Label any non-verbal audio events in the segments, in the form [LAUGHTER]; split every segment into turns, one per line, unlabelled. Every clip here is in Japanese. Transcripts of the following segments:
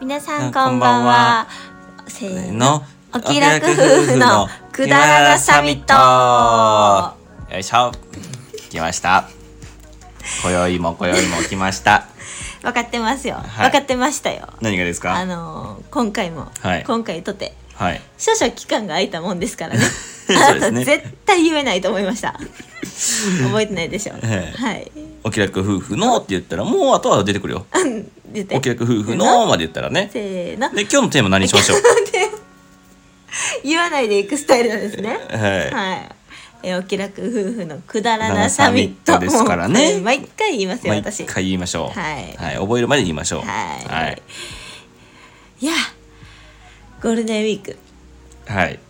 皆さんこんばんは。せーの。
の
お気楽夫婦のくだらなサミッ
トよいしょ来ました今宵も今宵も来
[LAUGHS]
ました
分かってますよ。分
はい
かってましたよ。
何がです
あ
か
のー今回も、
はい
今回とて
はい
少々期間が空いたもんですからね。
[LAUGHS] そうですね
絶対言えないと思いました。覚えてないでしょ。
ええ
はい。
お気楽夫婦のって言ったらもうあとは出てくるよ
言って
お気楽夫婦のまで言ったらね
せーの。
で今日のテーマ何にしまし
[LAUGHS]
ょう
言わないでいくスタイルなんですね。
はい
はい。えお気楽夫婦のくだらなサミット
くだらなサミットですからね
もう毎回言いますよ、
毎
私。
回言いましょう
はい
覚えるまで言いましょう
はい
はい
いや、ゴールデンウィーク、
はい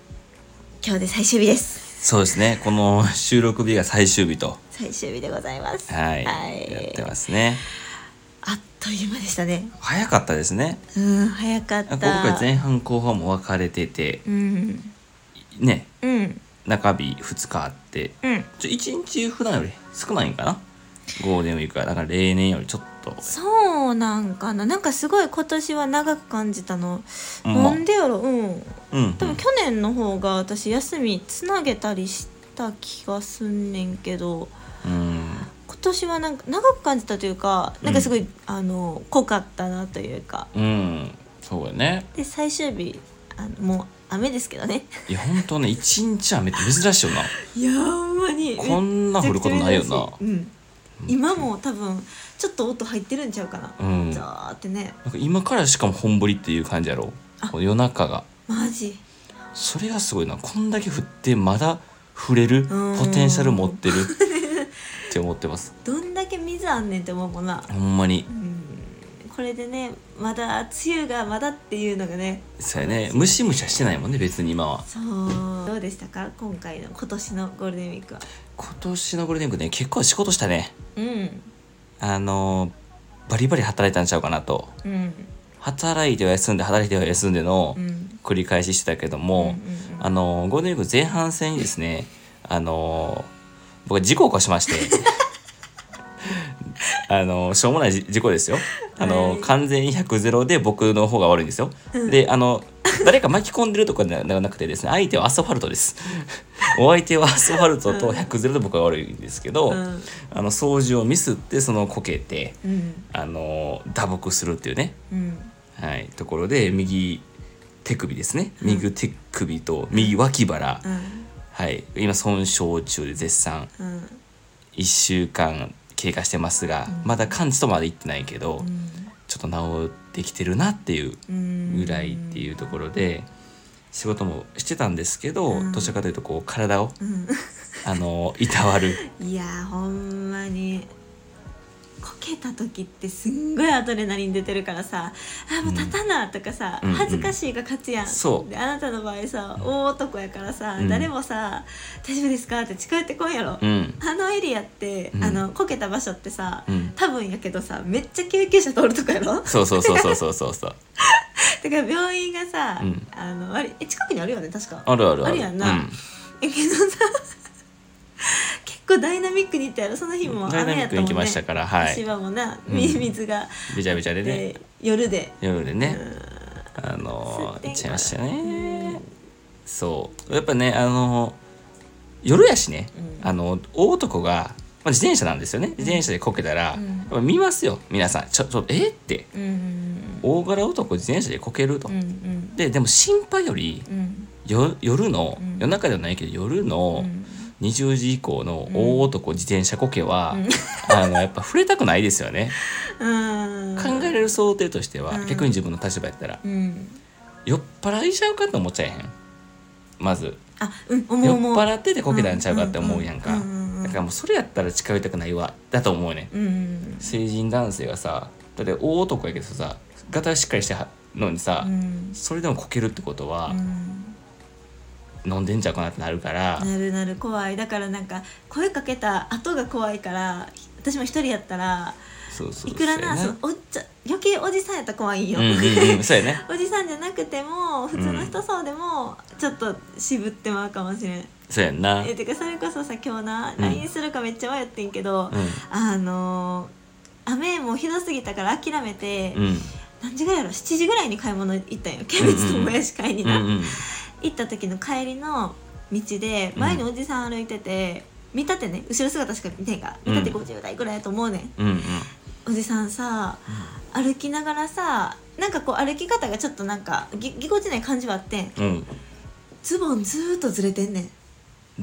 今日で最終日です。
そうですねこの収録日が最終日と
最終日でございます。
はいやってますね
あっという間でしたね。
早かったですね
うん、早かった。
今回前半後半も分かれてて
うん、
ね
うん、
中日2日あって
うん。
ちょ1日普段より少ないんかなゴールデンウィークはだから例年よりちょっと
そうなんかな、なんかすごい今年は長く感じたの。
うん
なんでやろ、うん。
うん、うん
多分去年の方が私休みつなげたりした気がすんねんけど
うん
今年はなんか長く感じたというかなんかすごい、あの濃かったなというか
うんそうやね
で最終日あのもう雨ですけどね
いやほんとね1日雨って珍しい
[LAUGHS]
よな
いやほんまに
こんな降ることないよな
うん、今も多分ちょっと音入ってるんちゃうかな、
うん
ザーってね
なんか今からしかも本降りっていう感じやろ
あ
こう夜中が
マジ
それがすごいなこんだけ降ってまだ触れる
うん
ポテンシャル持ってるって思ってます
どんだけ水あんねんって思うもんな、
ほんまに
うん、これでねまだ梅雨がまだっていうのがね
そうやねムシムシはしてないもんね別に今は
そうどうでしたか今回の今年のゴールデンウィークは
今年のゴールデンウィークね結構仕事したね
うん
あのーバリバリ働いたんちゃうかなと
うん
働いては休んで働いては休んでの
うん
繰り返ししてたけども、
うんうんうん
あのーゴールデンウィーク前半戦にですねあのー僕は事故を起こしまして
[LAUGHS]
あのーしょうもないじ事故ですよあのー、
はい
完全に100ゼロで僕の方が悪いんですよ、であの誰か巻き込んでるとかではなくてですね相手はアスファルトですお相手はアスファルトと100ゼロで僕が悪いんですけど、
うん
あの掃除をミスってそのこけて
うん
あの打撲するっていうね、
うん
はい、ところで右手首ですね右手首と右脇腹、
うん
はい、今損傷中で絶賛
うん
1週間経過してますが、まだ完治とまでいってないけど、ちょっと治ってきてるなっていう
うん
ぐらいっていうところで仕事もしてたんですけど、
うん
どちらかというとこう体を、
ん
あのいたわる
いやーほんまにこけた時ってすんごいアドレナリン出てるからさ「あもう立たな」とかさ、
うんうん
恥ずかしいが勝つやん、
そう
であなたの場合さ大男やからさ、
うん
誰もさ「大丈夫ですか?」って近寄ってこんやろ、
うん
あのエリアって、
うん
あのこけた場所ってさ、
うん
多分やけどさめっちゃ救急車通るとこやろ [LAUGHS]
そうそうそうそうそうそうそう
だから病院がさ、
うん
あのあれえ近くにあるよね確か
あるあ
[LAUGHS]
るある
あるやんな
うん
えけどさ結構ダイナミックに行ったやろその日も
ダイ
雨
ナミ
や
ッ
っ
ク
た
に
もん
行
ね
きましたから、はい。
芝もな、
うん
み水が
びちゃびちゃでね、
で夜で、
夜でね、あ
吸
の
っ
ー、
てんから
行っちゃいましたね。そう、やっぱね、あのー、夜やしね、
う
あの、大男が、まあ、自転車なんですよね。自転車でこけたら、
うん
やっぱ見ますよ、皆さん、ちょ、ちょっと、えーって。
うんうん
大柄男自転車でこけると、
うんうん
で、でも心配より、
うん
よ、夜の、
うん
夜中ではないけど、夜
う
の。
ん
20時以降の大男自転車こけは、
うん
あのやっぱ触れたくないですよね
うん
考えれる想定としては、
うん
逆に自分の立場やったら
うん
酔っ払いちゃうかって思っちゃえへんまず
あうん
酔
思
っ
う思う
払っててこけたんちゃうかって思うやんか
うんうんうんうん
だからもうそれやったら近寄りたくないわだと思うねん
うんうん
成人男性がさだって大男やけどさガタしっかりしてはのにさ、
うん
それでもこけるってことは
う、ん
飲んでんちゃうかなってなるから、
なるなる怖いだからなんか声かけた後が怖いから私も一人やったら
そうそうそう
いくらな
そ
そうのおっちゃ余計おじさんやったら怖いんよ、
やねうんうんうんそうやね
おじさんじゃなくても普通の人そうでもちょっと渋ってまうかもしれん、
そうやんな
えてかそれこそさ今日な
うん
LINE するかめっちゃ迷ってんけど、
うん
あのー雨もうひどすぎたから諦めて、
うん
何時ぐらいやろ7時ぐらいに買い物行ったんよキャベツともやし買いに
うん
な、
うん
行った時の帰りの道で前におじさん歩いてて、見たてね後ろ姿しか見てんが見たて
うん
50代ぐらいやと思うねん
うんうん
おじさんさ歩きながらさなんかこう歩き方がちょっとなんかぎぎこちない感じはあってん
うん
ズボンずーっとずれてんねん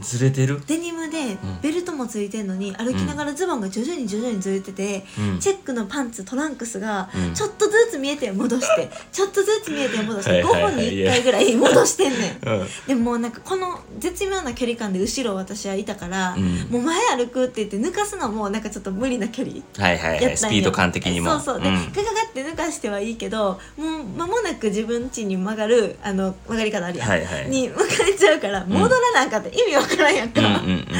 ずれてる
デニムで
ん
ベルトもついてんのに、歩きながらズボンが徐々に徐々にずれてて、
うん
チェックのパンツトランクスが
うん
ちょっとずつ見えて戻して、ちょっとずつ見えて戻して
はい
5
はいはい
本に1回ぐらい戻してんねん。
うん
でももうなんかこの絶妙な距離感で後ろ私はいたから、
うん
もう前歩くって言って抜かすのもなんかちょっと無理な距離
はいはい
やったん
は
よ
いスピード感的にも
そうそうで、
ん
ガガガって抜かしてはいいけどもう間もなく自分家に曲がるあの曲がり方あるやん、
はいはい
に曲がれちゃうから戻らなあかんって、意味わからんやんか、
うんうん
で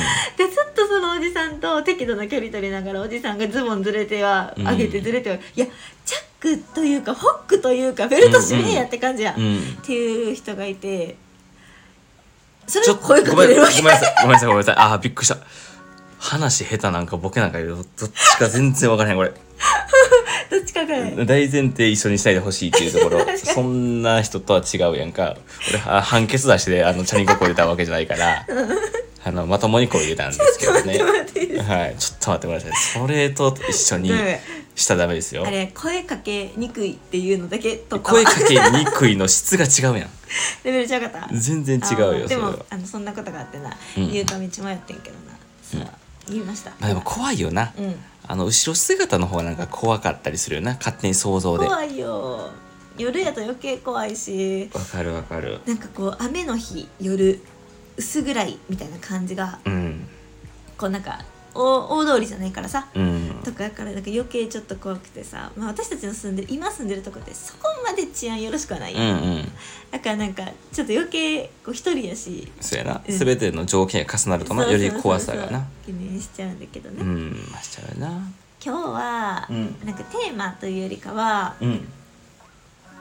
ずっとそのおじさんと適度な距離取りながらおじさんがズボンずれては上げて
うん
ずれては、いやチャックというかホックというかベルト締めえやって感じや、
うん
っ
うん
ていう人がいてそれ
ちょ
を
っと
声か
ご
け
めん
れる
ご
わ
め
け
んなさいごめんなさいごめんなさいあーびっくりした話下手なんかボケなんかどっちか全然わからへんこれ
どっちかから
大前提一緒にしないでほしいっていうとこ
[LAUGHS] 確か
ろ
に
そんな人とは違うやんか俺は判決出しであのチャリンコこ出たわけじゃな
[LAUGHS]
いからあのまともにこう入れたんですけどね
待っていいです
はいちょっと待ってくださいそれと一緒にしたらダメですよ
あれ声かけにくいっていうのだけとかは
声かけにくいの質が違うやん
[LAUGHS] レベル違うかった
全然違う
あ
よ
ー
そ
で
れは
もあのそんなことがあってな、
うん
言うか道迷ってんけどなそう、言いました、
まあでも怖いよな、
うん
あの後ろ姿の方がなんか怖かったりするよな勝手に想像でわ
怖いよ夜やと余計怖いし
かるわかる
なんかこう雨の日夜薄暗いみたいな感じが
うん
こうなんかお大通りじゃないからさ
うん
とかだからなんか余計ちょっと怖くてさ、まあ、私たちの住んでる今住んでるとこってそこまで治安よろしくはない
うんう
や、
ん
だからなんかちょっと余計こう一人やし
そうやな、
うん
全ての条件が重なると
そ
な
うそ
よ
うそう
り
そう
怖さがな
懸念しちゃうんだけどね、
うんまあしちゃうな
今日は、
うん
なんかテーマというよりかは
うん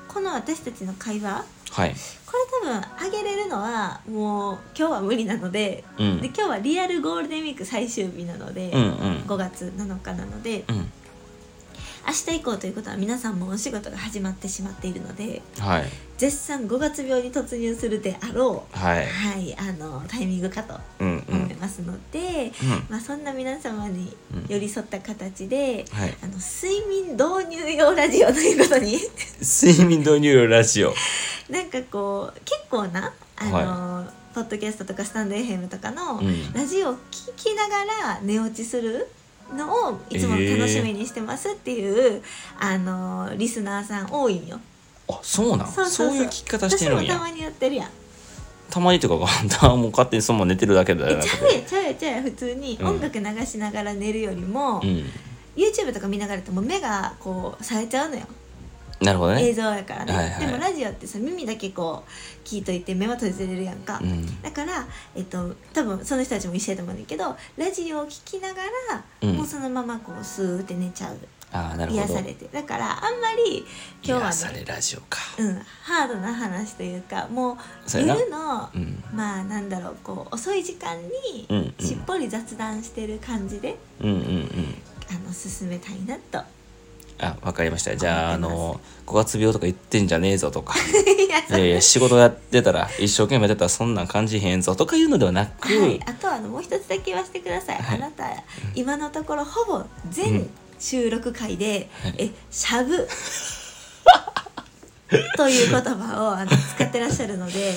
この私たちの会話
はい
これ多分あげれるのはもう今日は無理なので,、
うん
で今日はリアルゴールデンウィーク最終日なので、
うんうん
5月7日なので
うん
明日以降ということは皆さんもお仕事が始まってしまっているので
はい
絶賛5月病に突入するであろう、
はい
はい、あのタイミングかと
うんうん
思いますので、
うん
まあ、そんな皆様に寄り添った形で、
はい
あの睡眠導入用ラジオということに [LAUGHS]
睡眠導入ラジオ
なんかこう結構なあの、ポッドキャストとかスタンド FM とかの
うん
ラジオを聞きながら寝落ちするのをいつも楽しみにしてますっていう、あのリスナーさん多いんよ。
あそうなんそういう聞き方してるん
私もた
や
まにやってるやん。
たまにとか [LAUGHS] がもう勝手にそのまま寝てるだけだ
え
よな
ちゃうやんちゃうやんちゃうやん普通に
うん
音楽流しながら寝るよりも、
うん
YouTube とか見ながらってもう目がこうされちゃうのよ。
なるほど
映
ね
像やからね、
はいは
で
い
もラジオってさ耳だけこう聞いといて目は閉じてれるやんか、
うん
だから、えっと、多分その人たちも一緒やと思うんだけどラジオを聞きながら、
うん
もうそのままこうスーって寝ちゃう
ああなる
癒
ほど
されてだからあんまり今
癒
日は
さ
ね、
れラジオか
うん、ハードな話というかもう
そう
夜
やな
の、
うん
まあなんだろうこう遅い時間
うんう
に
ん
しっぽり雑談してる感じで、
うんうんうん
あの進めたいな
[LAUGHS]
と。
あわかりましたじゃあ
思っ
あ
てます
の五月病とか言ってんじゃねえぞとか [LAUGHS]
いや
いやいや仕事やってたら一生懸命やってたらそんなん感じへんぞとか言うのではなく、
はい、あとはあのもう一つだけ言わせてください、
はい
あなた今のところほぼ
う
全
ん
収録回で「えしゃ
[LAUGHS]
ぶ」という言葉をあの使ってらっしゃるので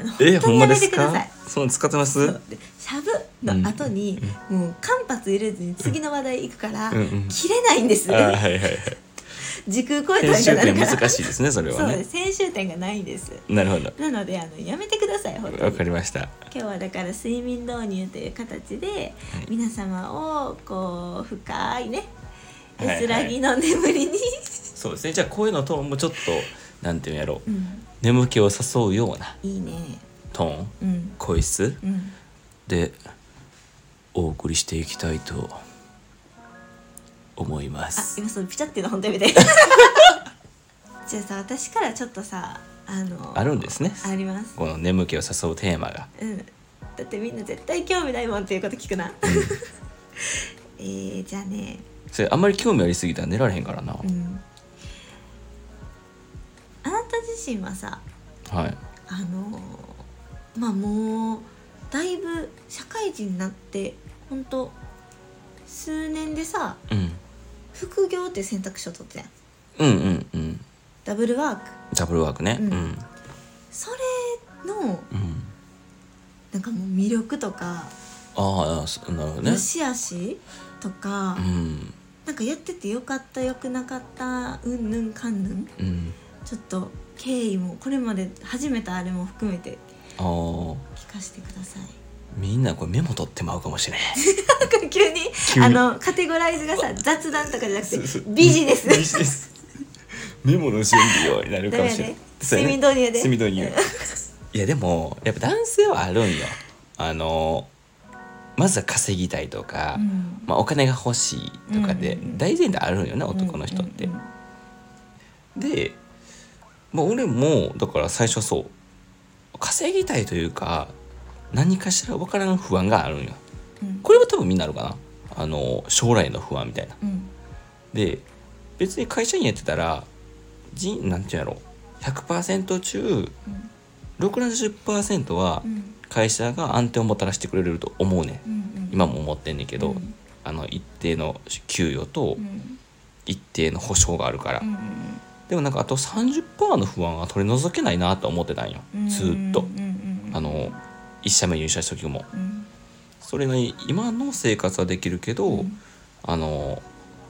あの
え
本当
ほん
にや
まで
めて
す
くださ
か
い。
そう使ってま
そ
す
うでしゃぶの後に、もう間髪入れずに次の話題行くから、
うんうん
切れないんです、
あはいはい
[LAUGHS]
はい
時空超えたみ
編
たい
集
になる
点
から
難しいですねそれ
そ
は
うで
ね
す編集点がないんです
なるほど
なのであのやめてください本当
わ
に
かりました
今日はだから睡眠導入という形で皆様をこう深いね
はいはい
安らぎの眠りに、
そうですねじゃあこういうのトーンもちょっとなんていうんやろう
うん
眠気を誘うようない
いね
ト
う
ーン
ん
声質
うん
でお送りしていきたいと思いま
あ
す
今そのピチャっていうの本当やめ
[LAUGHS]
てじゃあさ私からちょっとさあの
あるんですね
あります
この眠気を誘うテーマが
うんだってみんな絶対興味ないもんっていうこと聞くな [LAUGHS] えー、じゃあね
それあんまり興味ありすぎたら寝られへんからな、
うんあなた自身はさ
はい
あのまあもうだいぶ社会人になってほんと数年でさ
うん
副業っていう選択肢を取ってん
うんうんうん
ダブルワーク
ダブルワークね
う
うんん
それの
うん
なんかもう魅力とか
ああそなるほどね
良し悪しとか、
うん
なんかやっててよかったよくなかったうんぬんかんぬん
うん
ちょっと経緯もこれまで始めたあれも含めて
ああ
聞かせてください。
みんなこれメモ取ってまうかもしれん
なんか急に
急に
あのカテゴライズがさ雑談とかじゃなくて [LAUGHS] ビジネス
大事ですメモの準備をになるかもしれな
ダメや
い、
ね睡眠導入で
睡眠導入いやでもやっぱ男性はあるんよあのまずは稼ぎたいとか、
うん
まあ、お金が欲しいとかで
うんうんうん
大前提あるんよね、男の人って、
うんうん
で、まあ、俺もだから最初はそう稼ぎたいというか何かしら分からん不安があるんよ
うん
これは多分みんなあるかなあの将来の不安みたいな
うん
で別に会社員やってたら人なんていうんやろ100%中
うん
60%は
うん
会社が安定をもたらしてくれると思うねん
うんうん
今も思ってんねんけど、
うん
あの一定の給与と
うん
一定の保証があるから、
うん
でもなんかあと30%の不安は取り除けないなと思ってたんよ、
うん
ずーっと
うんうんうん
あの一社目入社した時も
うん
それに今の生活はできるけど、あの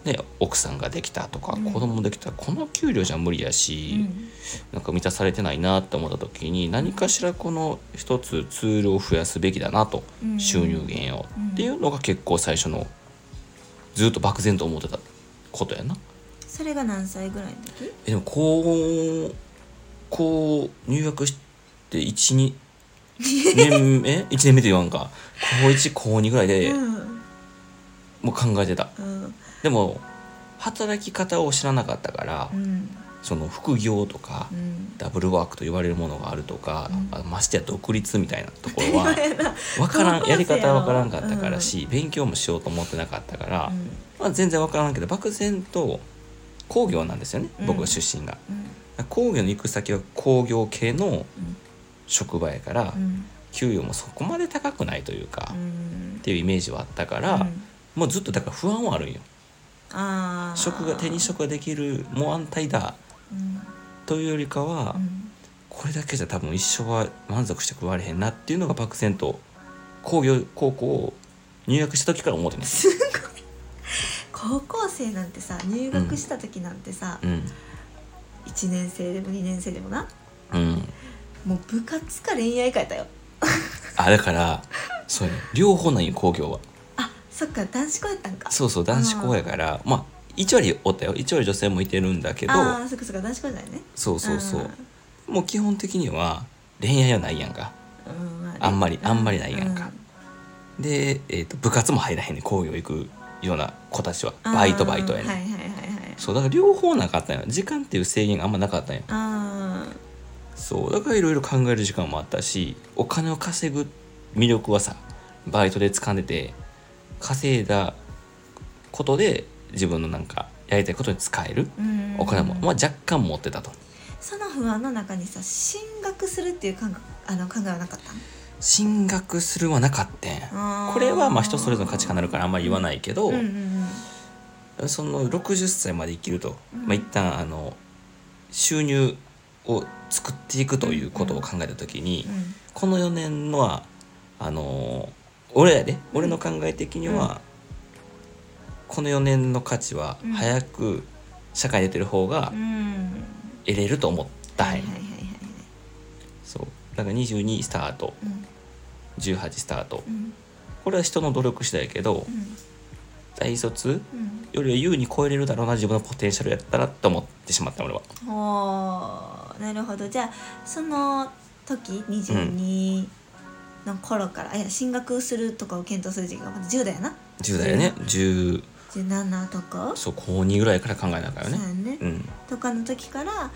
ね奥さんができたとか
うん
子供できたらこの給料じゃ無理や
う
し、
ん
なんか満たされてないなって思った時に何かしらこの一つツールを増やすべきだなと、
うん
収入源を、
うん
っていうのが結構最初のずっと漠然と思ってたことやな。
それが何歳ぐらいの時
えでもこうこう入学して12 [LAUGHS] 年目1年目って言わんか高1高2ぐらいで
うん
もう考えてた
うん
でも働き方を知らなかったから、
うん
その副業とか、
うん
ダブルワークと言われるものがあるとか、
うん
あましてや独立みたいなところは分から
高校
ん
生
やり方は分からんかったからし、勉強もしようと思ってなかったから、
うん
まあ、全然分からんけど漠然と工業なんですよね、
うん
僕は出身が。
うん
工業の行く先は工業系の
うん
職場やから、
うん
給与もそこまで高くないというか、
う
っ
ん
ていうイメージはあったから、
うん
もうずっとだから不安はあるんよ。
あー
職が手に職ができるもう安泰だ
うん
というよりかは、
うん
これだけじゃ多分一生は満足して食われへんなっていうのが漠然と工業高校を入学した時から思って [LAUGHS] ます。
高校生なんてさ入学した時なんてさ、
うん
一1年生でも2年生でもな
うん、
もう部活か恋愛かやったよ
あだからそうやね両方なんよ工業は。
あそっか男子校やったんか
そうそう男子校やからまあ1割おったよ1割女性もいてるんだけど
ああそっかそっか男子校じゃないね
そうそうそうもう基本的には恋愛はないやんか。
うん、うんま
あんまりあんまりないやんかで、えー、と部活も入らへんねん工業行くような子たちは
うん
バイトバイトやねん。
はいはいはいはい
そうだから両方なかったんよ時間っていう制限があんまなかったんよ。
あ
そうだからいろいろ考える時間もあったしお金を稼ぐ魅力はさバイトで掴んでて稼いだことで自分のなんかやりたいことに使える
ーうん
お金も、まあ、若干持ってたと
その不安の中にさ進学するっていう感覚あの考えはなかったの
進学するはなかったん
あー
これはまあ人それぞれの価値観になるからあんまり言わないけど、
うんうん
その60歳まで生きると、
うん
まあ、一旦あの収入を作っていくということを考えた時に、
うんうん
この4年のはあのー俺やで俺の考え的には、この4年の価値は
うん
早く社会に出てる方が
うん
得れると思ったん
はいはい
や
はいはいはい
そうだから22スタート
うん
18スタート
うん
これは人の努力次第やけど
うん
大卒
うん
よりは優に超えれるだろうな自分のポテンシャルやったらと思ってしまった俺は
おーなるほどじゃあその時22の頃から、あいや進学するとかを検討する時期がまだ10代やな
10代やね10
17とか
そう高2ぐらいから考えなあかんよ
そう
ね
やね
うん
とかの時から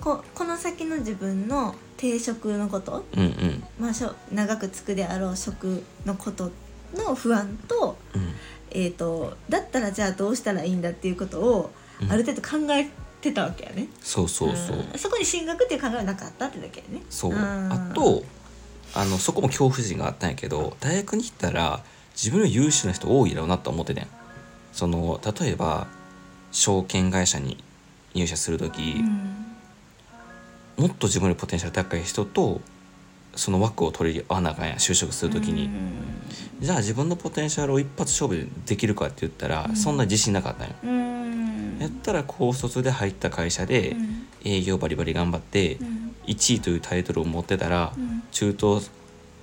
ここの先の自分の定職のこと
うんうん
まあ、しょ長くつくであろう職のことの不安と,、
うん
えー、とだったらじゃあどうしたらいいんだっていうことを
うん
ある程度考えてたわけやね、
そうそうそう、
んそこに進学っていう考えはなかったってだけやね
そう、
ん
あとあのそこも恐怖心があったんやけど大学に来たら自分の優秀な人多いだろうなと思っててんその例えば証券会社に入社する時、
うん
もっと自分よりポテンシャル高い人とその枠を取り合わなあかんやん就職する時に、じゃあ自分のポテンシャルを一発勝負でできるかって言ったら、
うん
そんな自信なかったんよ
うんうん
やったら高卒で入った会社で
うん
営業バリバリ頑張って
うん
1位というタイトルを持ってたら
うん
中途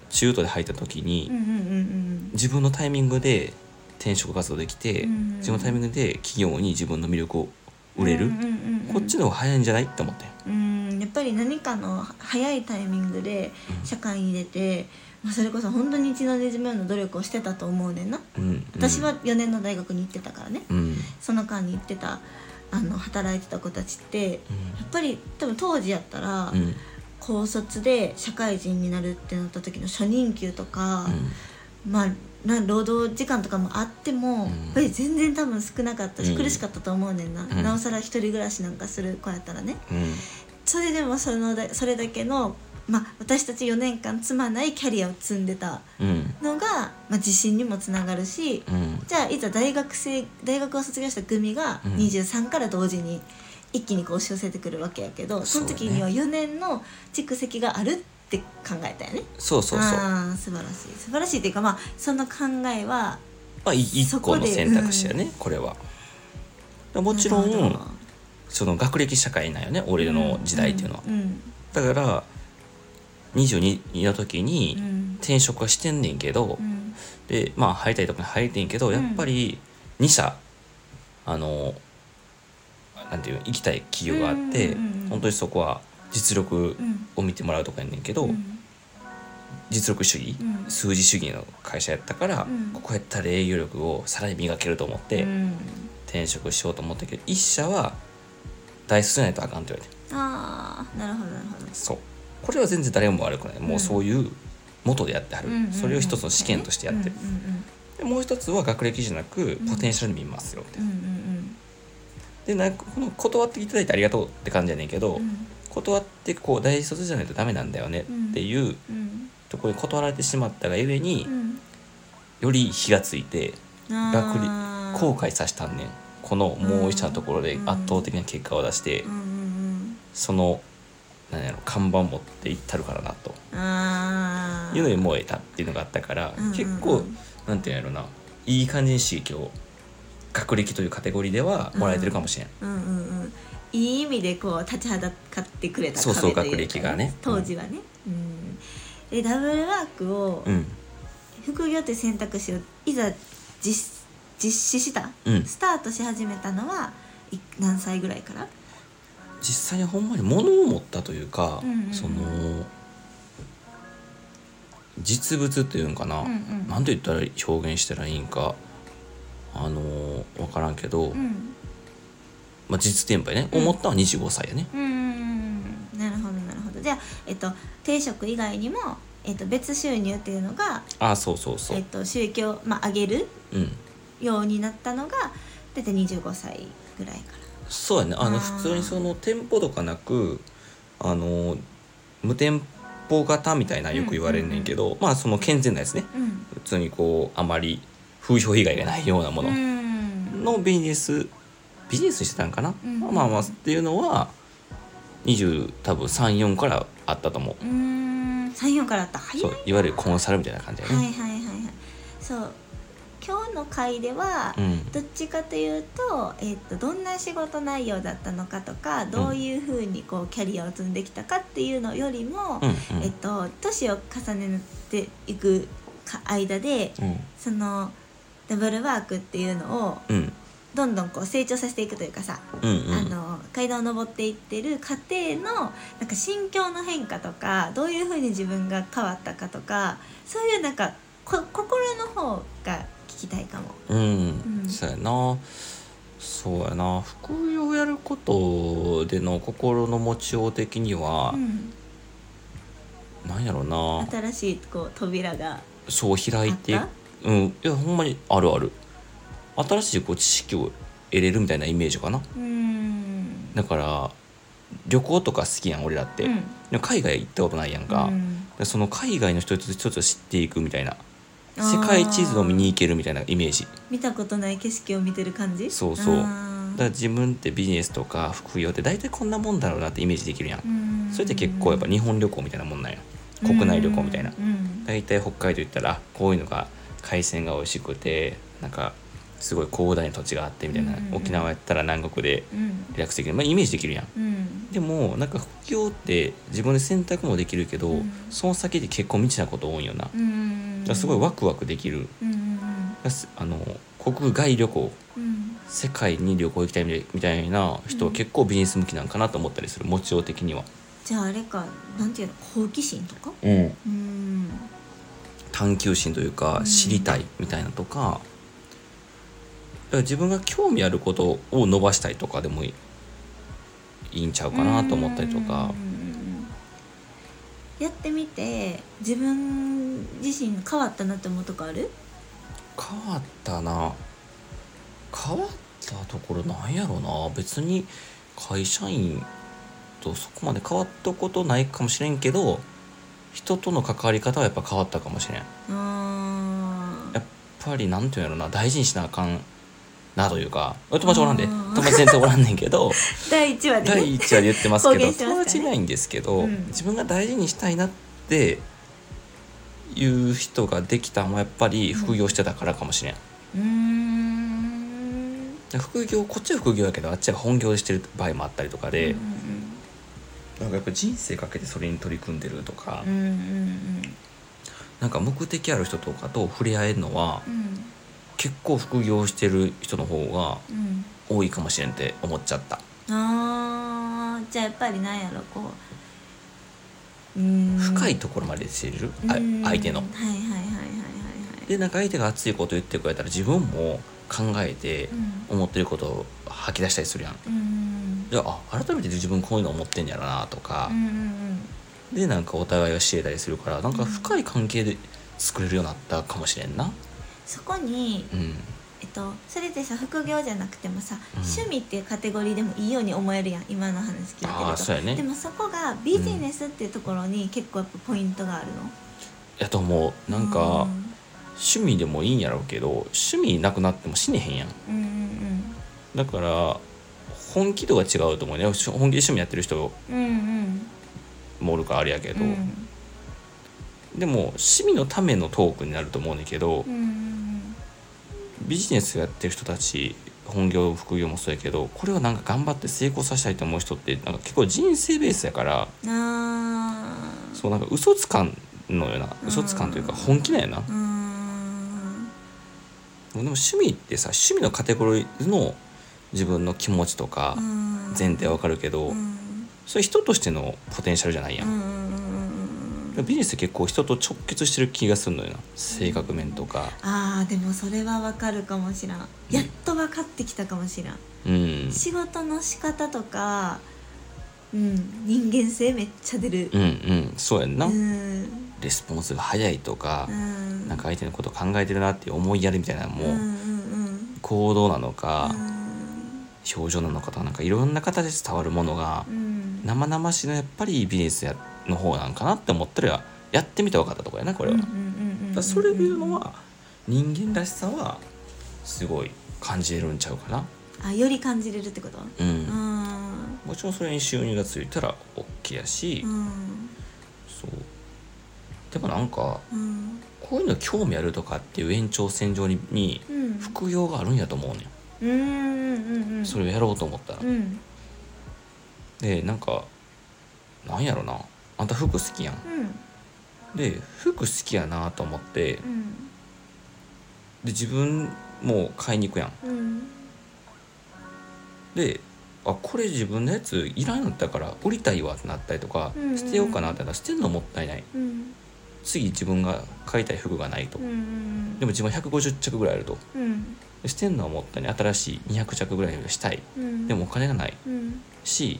中途で入った時
うんう
に
んうん
自分のタイミングで転職活動できて
うん
自分のタイミングで企業に自分の魅力を売れ
う
る
んうんうんうん
こっちの方が早いんじゃないって思ってん
うんやっぱり何かの早いタイミングで社会に出て、まあ、それこそ本当に一の出締めの努力をしてたと思うねんな
うんうん
私は4年の大学に行ってたからね
うんうん
その間に行ってたあの働いてた子たちってやっぱり多分当時やったら、
うん
高卒で社会人になるってなった時の初任給とか
う、ん
まあな労働時間とかもあっても、
うん
やっぱり全然多分少なかったし、
うん
苦しかったと思うねんな、
ん
なおさら一人暮らしなんかする子やったらね、
うん
それでもそのだそれだけの、まあ、私たち4年間積まないキャリアを積んでた
うん
のが、まあ、自信にもつながるし
うん
じゃあいざ大学生大学を卒業した組が
うん
23から同時に一気にこう押し寄せてくるわけやけどその時には4年の蓄積があるって考えたよね。
そうそうそう
あー素晴らしい素晴らしいっていうかまあその考えは
まあい一
そ
個
こ
の
で
選択肢やねこれはもちろ
なるほど
んその学歴社会なんよね俺の時代っていうのは
うん
だから22の時に、
うん
転職はしてんねんけど、
うん
でまあ入りたいとこに入ってんけど
ん
やっぱり2社あのなんていうの行きたい企業があって、
うんうんうん
本当にそこは実力
うん
を見てもらうとこやねんけど、
うん
実力主義、
うん
数字主義の会社やったから、
うん
ここやったら営業力をさらに磨けると思って
うん
転職しようと思ったけど1社は大卒じゃないとあかんって言われて
ああなるほどなるほど
そうこれは全然誰も悪くない、もうそういう元でやってはる、
うんうんうん
それを一つの試験としてやってる。
うんうん
でもう一つは学歴じゃなく
ん
ポテンシャル見ますよって、
うんうん
でなんかこの断っていただいてありがとうって感じやねんけど、
うんうん
断ってこう大卒じゃないとダメなんだよねっていう
うん
ところに断られてしまったがゆえに、
うん
より火がついて
あー
後悔させたんねんこのもう一社のところで圧倒的な結果を出して、
うんうん
そのなんやろ看板持っていったるからなと
うんあー
いうのに燃えたっていうのがあったから、
うんうんうん
結構なんていうんやろないい感じに刺激を学歴というカテゴリーではもらえてるかもしれん
うんうんうんいい意味でこう立ちはだかってくれた
そうそう
壁とい
学歴がね
当時はね、うん、でダブルワークを
うん
副業っていう選択肢をいざ実実施した、
うん
スタートし始めたのはい何歳ぐらいから
実際にほんまに物を持ったというか、
うんうんうん
その実物っていうんかな、
うんうん
なんて言ったら表現したらいいんかあのー分からんけど、
うん
まあ、実店舗やね、
うん
思ったのは25歳やね
うんうんうんなるほどなるほどじゃあ、えっと、定職以外にも、えっと、別収入っていうのが、
ああそうそうそ
えっ
う
と、収益を、まあ、上げる
うん
ようになったのが大体25歳ぐらいか
そうやねあの
あー
普通にその店舗とかなくあのー無店舗型みたいなよく言われんねんけど、まあその健全なやつね
らうん
普通にこうあまり風評被害がないようなもの、
うん
のビジネスビジネスしてたんかな、
うん
まあまあまあっていうのは20多分34からあったと思う,、
うん34からあった早い
そういわゆるコンサルみたいな感じだ
はい
よ
はい
ね、
はいはいそう今日の回では、
うん
どっちかというと,、えっとどんな仕事内容だったのかとかどういうふうにこうキャリアを積んできたかっていうのよりも、
うんうん
えっと、年を重ねていくか間で
うん
そのダブルワークっていうのを
うん
どんどんこう成長させていくというかさ、
うんうん
あの階段を上っていってる過程のなんか心境の変化とかどういうふうに自分が変わったかとかそういうなんかこ心の方が聞きたいかも。
うん、
うん
そうやなそうやな副業やることでの心の持ちよう的には
う、ん
なんやろうな
新しいこう扉が
そう開いて
あっ
うんいやほんまにあるある新しいこう知識を得れるみたいなイメージかな
うーん
だから旅行とか好きやん俺らって、
うん
でも海外行ったことないやんか、
うん
でその海外の一つ一つを知っていくみたいな
あ
世
ー
界地図を見に行けるみたいなイメージ
見たことない景色を見てる感じ
そうそう
あ
だ
ー
から自分ってビジネスとか副業って大体こんなもんだろうなってイメージできるやん、
うん
それって結構やっぱ日本旅行みたいなもんなんや国内旅行みたいな、
うんうん
大体北海道行ったらこういうのが海鮮が美味しくてなんかすごい広大な土地があってみたいな、
うん
沖縄やったら南国で
うん
リラックスできる、まあ、イメージできるやん
うん
でもなんか副業って自分で選択もできるけど、
うん
その先で結構未知なこと多いよな、だか
うん
らすごいワクワクできる
うんうん
だしあの国外旅行
うん
世界に旅行行きたいみたいな人は結構ビジネス向きなんかなと思ったりする持ちよう的には、
じゃああれかなんていうの好奇心とかうん
探求心というか
うん
知りたいみたいなとか,、だから自分が興味あることを伸ばしたいとかでもいいいいんちゃうかなと思ったりとか
うんうんうんやってみて自分自身変わったなって思うとこある
変わったな変わったところなんやろな別に会社員とそこまで変わったことないかもしれんけど人との関わり方はやっぱ変わったかもしれんや
あー
っぱりなんていうんやろな大事にしなあかんなというか友達おらんで
あー
友達全然おらんねん
[LAUGHS]
けど
第1話でね
第1話で言ってますけ
公
ど
言してますからね
友達いないんですけど、
うん
自分が大事にしたいなっていう人ができたのはやっぱり副業してたからかもしれん
うーん
で副業こっちは副業やけどあっちは本業でしてる場合もあったりとかで、
うん
なんかやっぱ人生かけてそれに取り組んでるとか、
うんうん
なんか目的ある人とかと触れ合えるのは
うんうん
結構副業してる人の方が
うん
多いかもしれんって思っちゃった
うんあーじゃあやっぱりなんやろこううーん
深いところまで知れる、あ
うん
相手の
はいはいはいはいはいはい
でなんか相手が熱いこと言ってくれたら自分も考えて
うん
思ってることを吐き出したりするやん
うん
であ改めて自分こういうの思ってんやろなとか
うんう、ん
でなんかお互いが知れたりするからなんか深い関係で作れるようになったかもしれんな
そこに
うん
えっと、それでさ副業じゃなくてもさ、
うん
趣味っていうカテゴリーでもいいように思えるやん今の話聞いてる
あーそうや
と、
ね
でもそこがビジネスっていうところに結構やっぱポイントがあるの、
やと思うなんか趣味でもいいんやろうけど趣味なくなっても死ねへんやん
うんうんうん
だから本気度が違うと思うね本気で趣味やってる人
うんうん
もおるからあれやけど、
うん
でも趣味のためのトークになると思うねんだけど、
うんうん
ビジネスやってる人たち本業副業もそうやけどこれをなんか頑張って成功させたいと思う人ってなんか結構人生ベースやから
うんあー
そうなんか嘘つかんのよな
うん
嘘つかんというか本気なんやな、
うーん
でも趣味ってさ趣味のカテゴリーの自分の気持ちとか
うん
前提はわかるけど、
うん
それ人としてのポテンシャルじゃないや
うん
ん、
うんうんうんうん
ビジネスって結構人と直結してる気がするのよな性格面とか
あーでもそれはわかるかもしらんやっと分かってきたかもしらん
うん
仕事の仕方とか、うん、人間性めっちゃ出る
うんうんそうやん
う
な、
ん
レスポンスが早いとか
う、ん
なんか相手のこと考えてるなって思いやるみたいなのも、
うんうんうん
行動なのか、
うん
表情なのかとかなんかいろんな形で伝わるものが、
うん
生々しいのやっぱりビジネスやの方なんかなって思ったらやってみて分かったとこやなこれは。
うんう
だか
んうんうん
らそれいうのは人間らしさはすごい感じれるんちゃうかな。
あより感じれるってこと
うん
うん
もちろんそれに収入がついたら OK やし、
うん
そうでもなんか
うん
こういうの興味あるとかっていう延長線上にに
うん
服用があるんやと思うね
うんうんうんうん
んそれをやろうと思ったら、
うん
でなんかなんやろなあんた服好きやん
うん
で服好きやなと思ってで
うん
自分も買いに行くやん
うん
であこれ自分のやついらんのだったから売りたいわってなったりとか、
うんうん
捨てようかなってなったら捨てるのもったいない
うん
次自分が買いたい服がないと、
うんうん
でも自分は150着ぐらいあると
うん
で捨てるのはもったいない新しい200着ぐらいをしたい
うん
でもお金がない
うん
し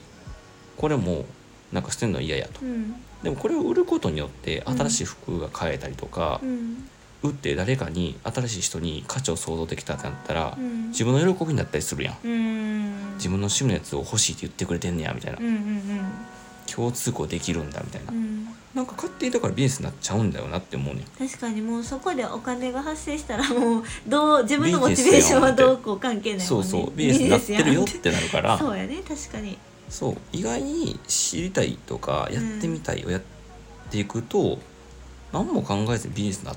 これもなんか捨てるのは嫌やと
うん
でもこれを売ることによって新しい服が買えたりとか
う、ん
売って誰かに新しい人に価値を想像できたってなったら、
うん
自分の喜びになったりするやん
うん
自分の趣味のやつを欲しいって言ってくれてんねやみたいな、
うんうん
共通項できるんだみたいな、
うんうん
なんか勝手にだからビジネスになっちゃうんだよなって思うねん
確かにもうそこでお金が発生したらもうどう自分のモチベーションはどうこう関係ない
そ
もん
う
ね
そうビジネスになってるよっ
ビジネ
てなるか
スやん
ら
そうやね [LAUGHS] 確かに
そう意外に知りたいとかやってみたいをやっていくと、何も考えずにビジネスになっ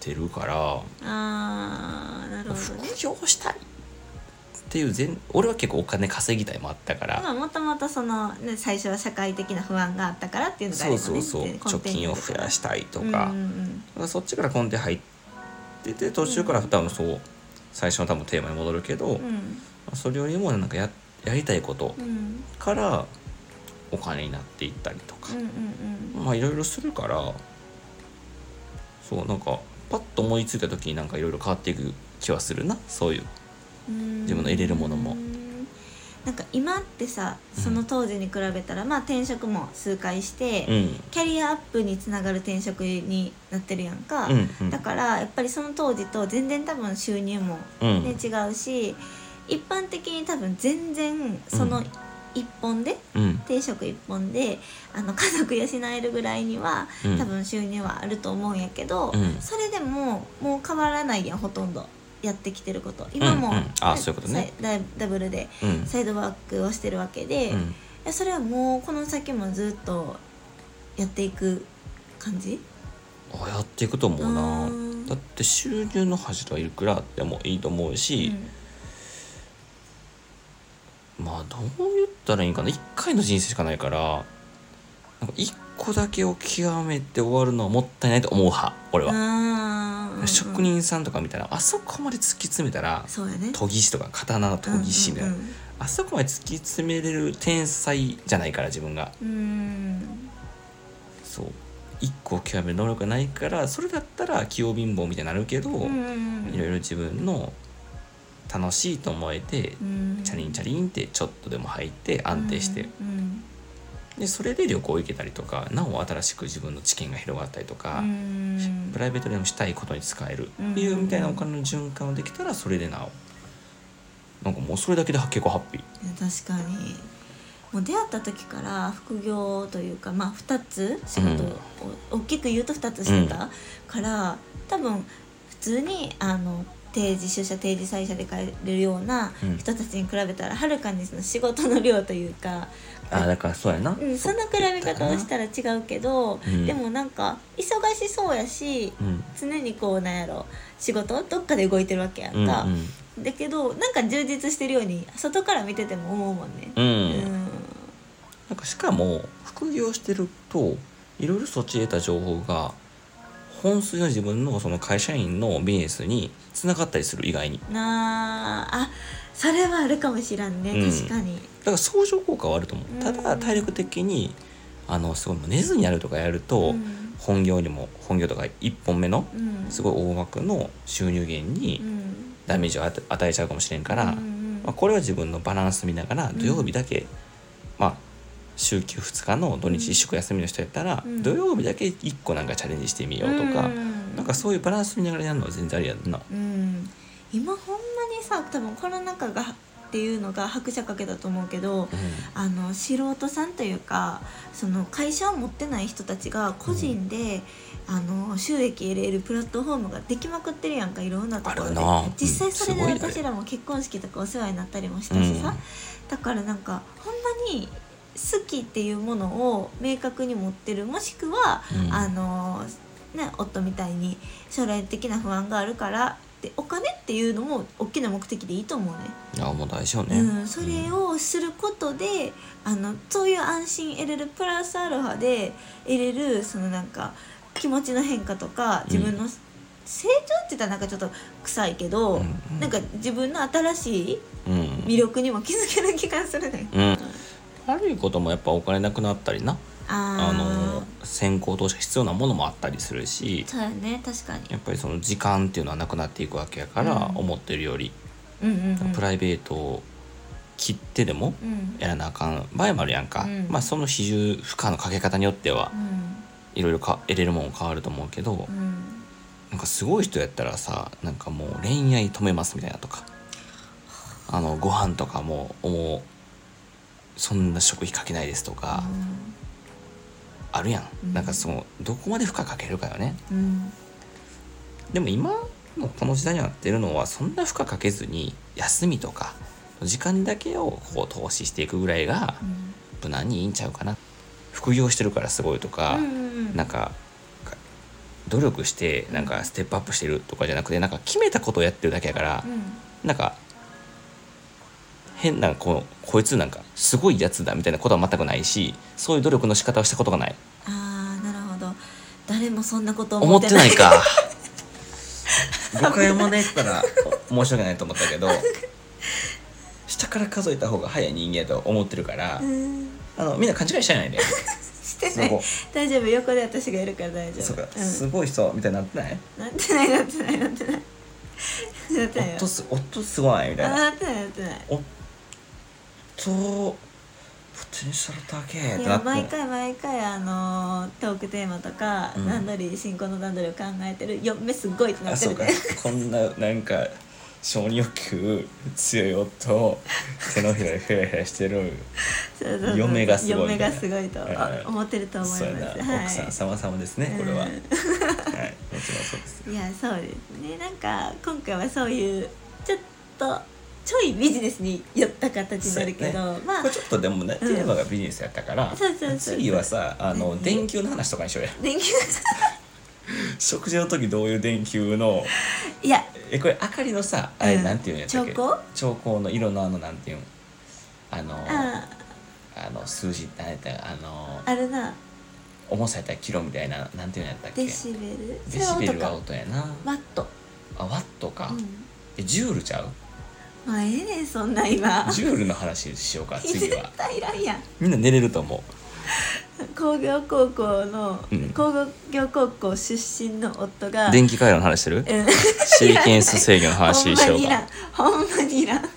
てるから、
あーなるほどね
副業をしたいっていう前俺は結構お金稼ぎたいもあったから、
まあもともとその、ね、最初は社会的な不安があったからっていうのがあ
そ
れ
う
ばね
そうそう
って
貯金を増やしたいとか,、
う
だか
んうん
らそっちから根底入ってて途中から多分そう最初の多分テーマに戻るけど、
うんうん
それよりもなんかややりたいこと
うん
からお金になっていったりとか
うんう、ん
まあいろいろするからそうなんかパッと思いついた時になんかいろいろ変わっていく気はするなそういう
うん
自分の入れるものも
うんなんか今ってさその当時に比べたら、まあ転職も数回して、
うん
キャリアアップにつながる転職になってるやんか、
うんうん
だからやっぱりその当時と全然多分収入も、ね
うん
違うし一般的に多分全然その一本で、
うん
定食一本であの家族養えるぐらいには
うん
多分収入はあると思うんやけど、
うん
それでももう変わらないやんほとんどやってきてること今も、
うんうんあ
ね
そういうことね
サイダダブルで
うん
サイドワークをしてるわけで、
うん
えそれはもうこの先もずっとやっていく感じ
あやっていくと思う
う
なんだって収入の柱はいくらあってもいいと思うし、まあどう言ったらいいんかな1回の人生しかないからなんか1個だけを極めて終わるのはもったいないと思う派俺
うん
は、
あーうん
職人さんとかみたいなあそこまで突き詰めたら
そうやね
研ぎ師とか刀の研ぎ師みたい
う
な、
ん
あそこまで突き詰めれる天才じゃないから自分が
うんうん
そう1個を極める能力がないからそれだったら器用貧乏みたいになるけど、
うんうん
いろいろ自分の楽しいと思えて、
うん
チャリンチャリンってちょっとでも入って安定して、
うん
でそれで旅行行けたりとかなお新しく自分の知見が広がったりとか、
うん
プライベートでもしたいことに使えるっていう
うん
みたいなお金の循環をできたらそれでなおなんかもうそれだけで結構ハッピー。
いや確かにもう出会った時から副業というかまあ2つ仕事を、大きく言うと2つしてた、から多分普通にあの定時出社定時採社で帰れるような
うん
人たちに比べたらはるかにその仕事の量というか、
あだからそうやな、
うん、そんな比べ方をしたら違うけど、
うん
でもなんか忙しそうやし
うん
常にこうなんやろ仕事どっかで動いてるわけやんか。
うん
だけどなんか充実してるように外から見てても思うもんね。
うん
う
うん
ん
なんかしかも副業してるといろいろそっちで得た情報が本数の自分のその会社員のビジネスにつながったりする意外に
なああそれはあるかもしらんね、
うん
確かに。
だから相乗効果はあると思
うん
うただ体力的にあのすごいもう寝ずにやるとかやると、
うん
本業にも本業とか1本目の
うん
すごい大枠の収入源
う
に
ん
ダメージを与え与えちゃうかもしれんから、
うんうん
まあ、これは自分のバランス見ながら
ん
土曜日だけ、まあ週休2日の土日一食休みの人やったら、
うん
土曜日だけ1個なんかチャレンジしてみようとか、
うん
なんかそういうバランス見ながらやるのは全然ありやんな。
うん、今ほんまにさ多分コロナ禍がっていうのが拍車かけたと思うけどあの素人さんというかその会社を持ってない人たちが個人で、あの収益得れるプラットフォームができまくってるやんかいろんなところ
ある
で
な
実際それで
うんすごいね
私らも結婚式とかお世話になったりもしたしさ、
うん
だからなんかほんまに好きっていうものを明確に持ってるもしくは、
うん
あのね、夫みたいに将来的な不安があるからでお金っていうのも大きな目的でいいと思うね。
いやもう大丈夫ね、
うん、それをすることで、あのそういう安心得れるプラスアルファで得れるそのなんか気持ちの変化とか自分の成長って言ったらなんかちょっと臭いけど、
うんうん
なんか自分の新しい
うん、
魅力にも気づける気がするね。
うん悪いこともやっぱお金なくなったりなあ
あー
の先行投資が必要なものもあったりするし
そうやね確かに。
やっぱりその時間っていうのはなくなっていくわけやから、
うん
思ってるより
うんうんうん、
プライベート切ってでも
うん
やらなあかん場合もあるやんか、
うん
まあその比重負荷のかけ方によっては
うん
いろいろか得れるもん変わると思うけど、
うん
なんかすごい人やったらさなんかもう恋愛止めますみたいなとかあのご飯とかももうそんな食費かけないですとかあるやん、
うん
なんかそのどこまで負荷かけるかよね
うん
でも今のこの時代になってるのはそんな負荷かけずに休みとか時間だけをこう投資していくぐらいが
うん
無難にいいんちゃうかな副業してるからすごいとか、
うん
なんかか努力してなんかステップアップしてるとかじゃなくてなんか決めたことをやってるだけやから
う、ん
なんか変なこうこいつなんかすごいやつだみたいなことは全くないしそういう努力の仕方をしたことがない
ああなるほど誰もそんなこと
思
思
っ
って
て
な
ないい
[LAUGHS]
か誤解を招いたら申し訳ないと思ったけど下から数えた方が早い人間やと思ってるから、
うん
あのみんな勘違いしちゃ
[LAUGHS]
いないで
して
そ
ない
こ
大丈夫横で私がいるから大丈夫
そうか、
ん
すごい人みたいになってない
なってないなってないなってないなってないよ
夫す夫すごないみた
あ
いな
なってないなってない
夫ポテンシャル高えっ
い
てな
や
って
毎回毎回あのートークテーマとか、
うん
段取り進行の段取りを考えてる嫁すっごいってな
あ
って
そう
る
か
ね
こんななんか承認欲求強い夫手のひらでひらひらしてる
そうそうそう
嫁がすごい
嫁がすごいと、
はいはい
思ってると思います
そうやな、
はい、
奥さん様々ですねこれは、
うん
はいもちろんそうですよ
いやそうですねなんか今回はそういうちょっとちょいビジネスに寄った形になるけ
そう
ど、まあ
これちょっとでもね、
うん
テーマがビジネスやったから
そうそうそうそう
次はさあの、
うん
電球の話とかにしようや
電球
食事の時どういう電球の
[LAUGHS] いや
えこれ明かりのさあれ、
うん
なんていうんやったっけ
調光
調光の色のあのなんていうんあの
あ
あの数字何やったあの
あるな
重さやったらキロみたいななんていうんやったっけ
デシベル
デシベルは
か
音やな。
ワット、
あ、ワットか
う。ん、
えジュールちゃう
まあええねんそんなん今
ジュールの話しようか、次
絶 [LAUGHS]
は。
対いらんやん
みんな寝れると思
工業高校の、
うん
工業高校出身の夫が
う。電気回路の話してる
うん
シーケンス制御の話しよう
ほんまにいらん
か。
ほんまにいらん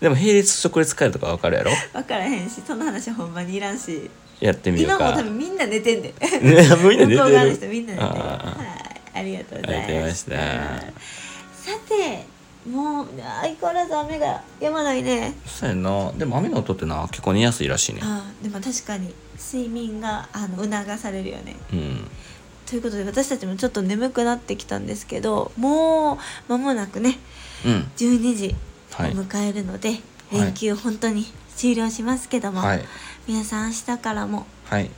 でも並列直列回路とかわかるやろ
分からへんしそんな話ほんまにいらんし
やってみよ
今
うか。
も多分みんな寝てんで
ね [LAUGHS] みんな
向こう側の
寝
人
て
みんな
る。
寝てる
あ
はいありがとう
あ
ご
ありがとうご
ざ
ざ
い
い
ま
ま
し
したた。
さてもう相変わらず雨が止まないね
そうやな。でも雨の音ってな、結構寝やすいらしいね。
あーでも確かに睡眠があの促されるよね
うん。
ということで私たちもちょっと眠くなってきたんですけどもう間もなくね
うん。
12時を
はい
迎えるので、
はい
連休本当に終了しますけども、
はい。
皆さん明日からも
はい。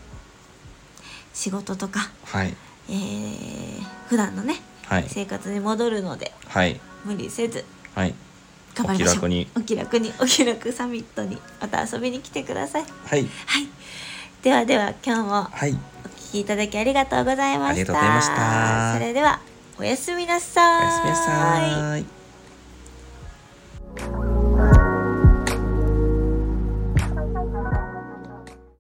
仕事とか、
はい。
えー、普段のね
はい。
生活に戻るので
はい。
無理せず
はい。
頑張りましょう
お気楽に
お気楽にお気楽サミットにまた遊びに来てください
はい。
はいではでは今日も
はい。
お聞きいただきありがとうございました
ありがとうございました
それではおやすみなさ
お
ーい
やすみなさーい。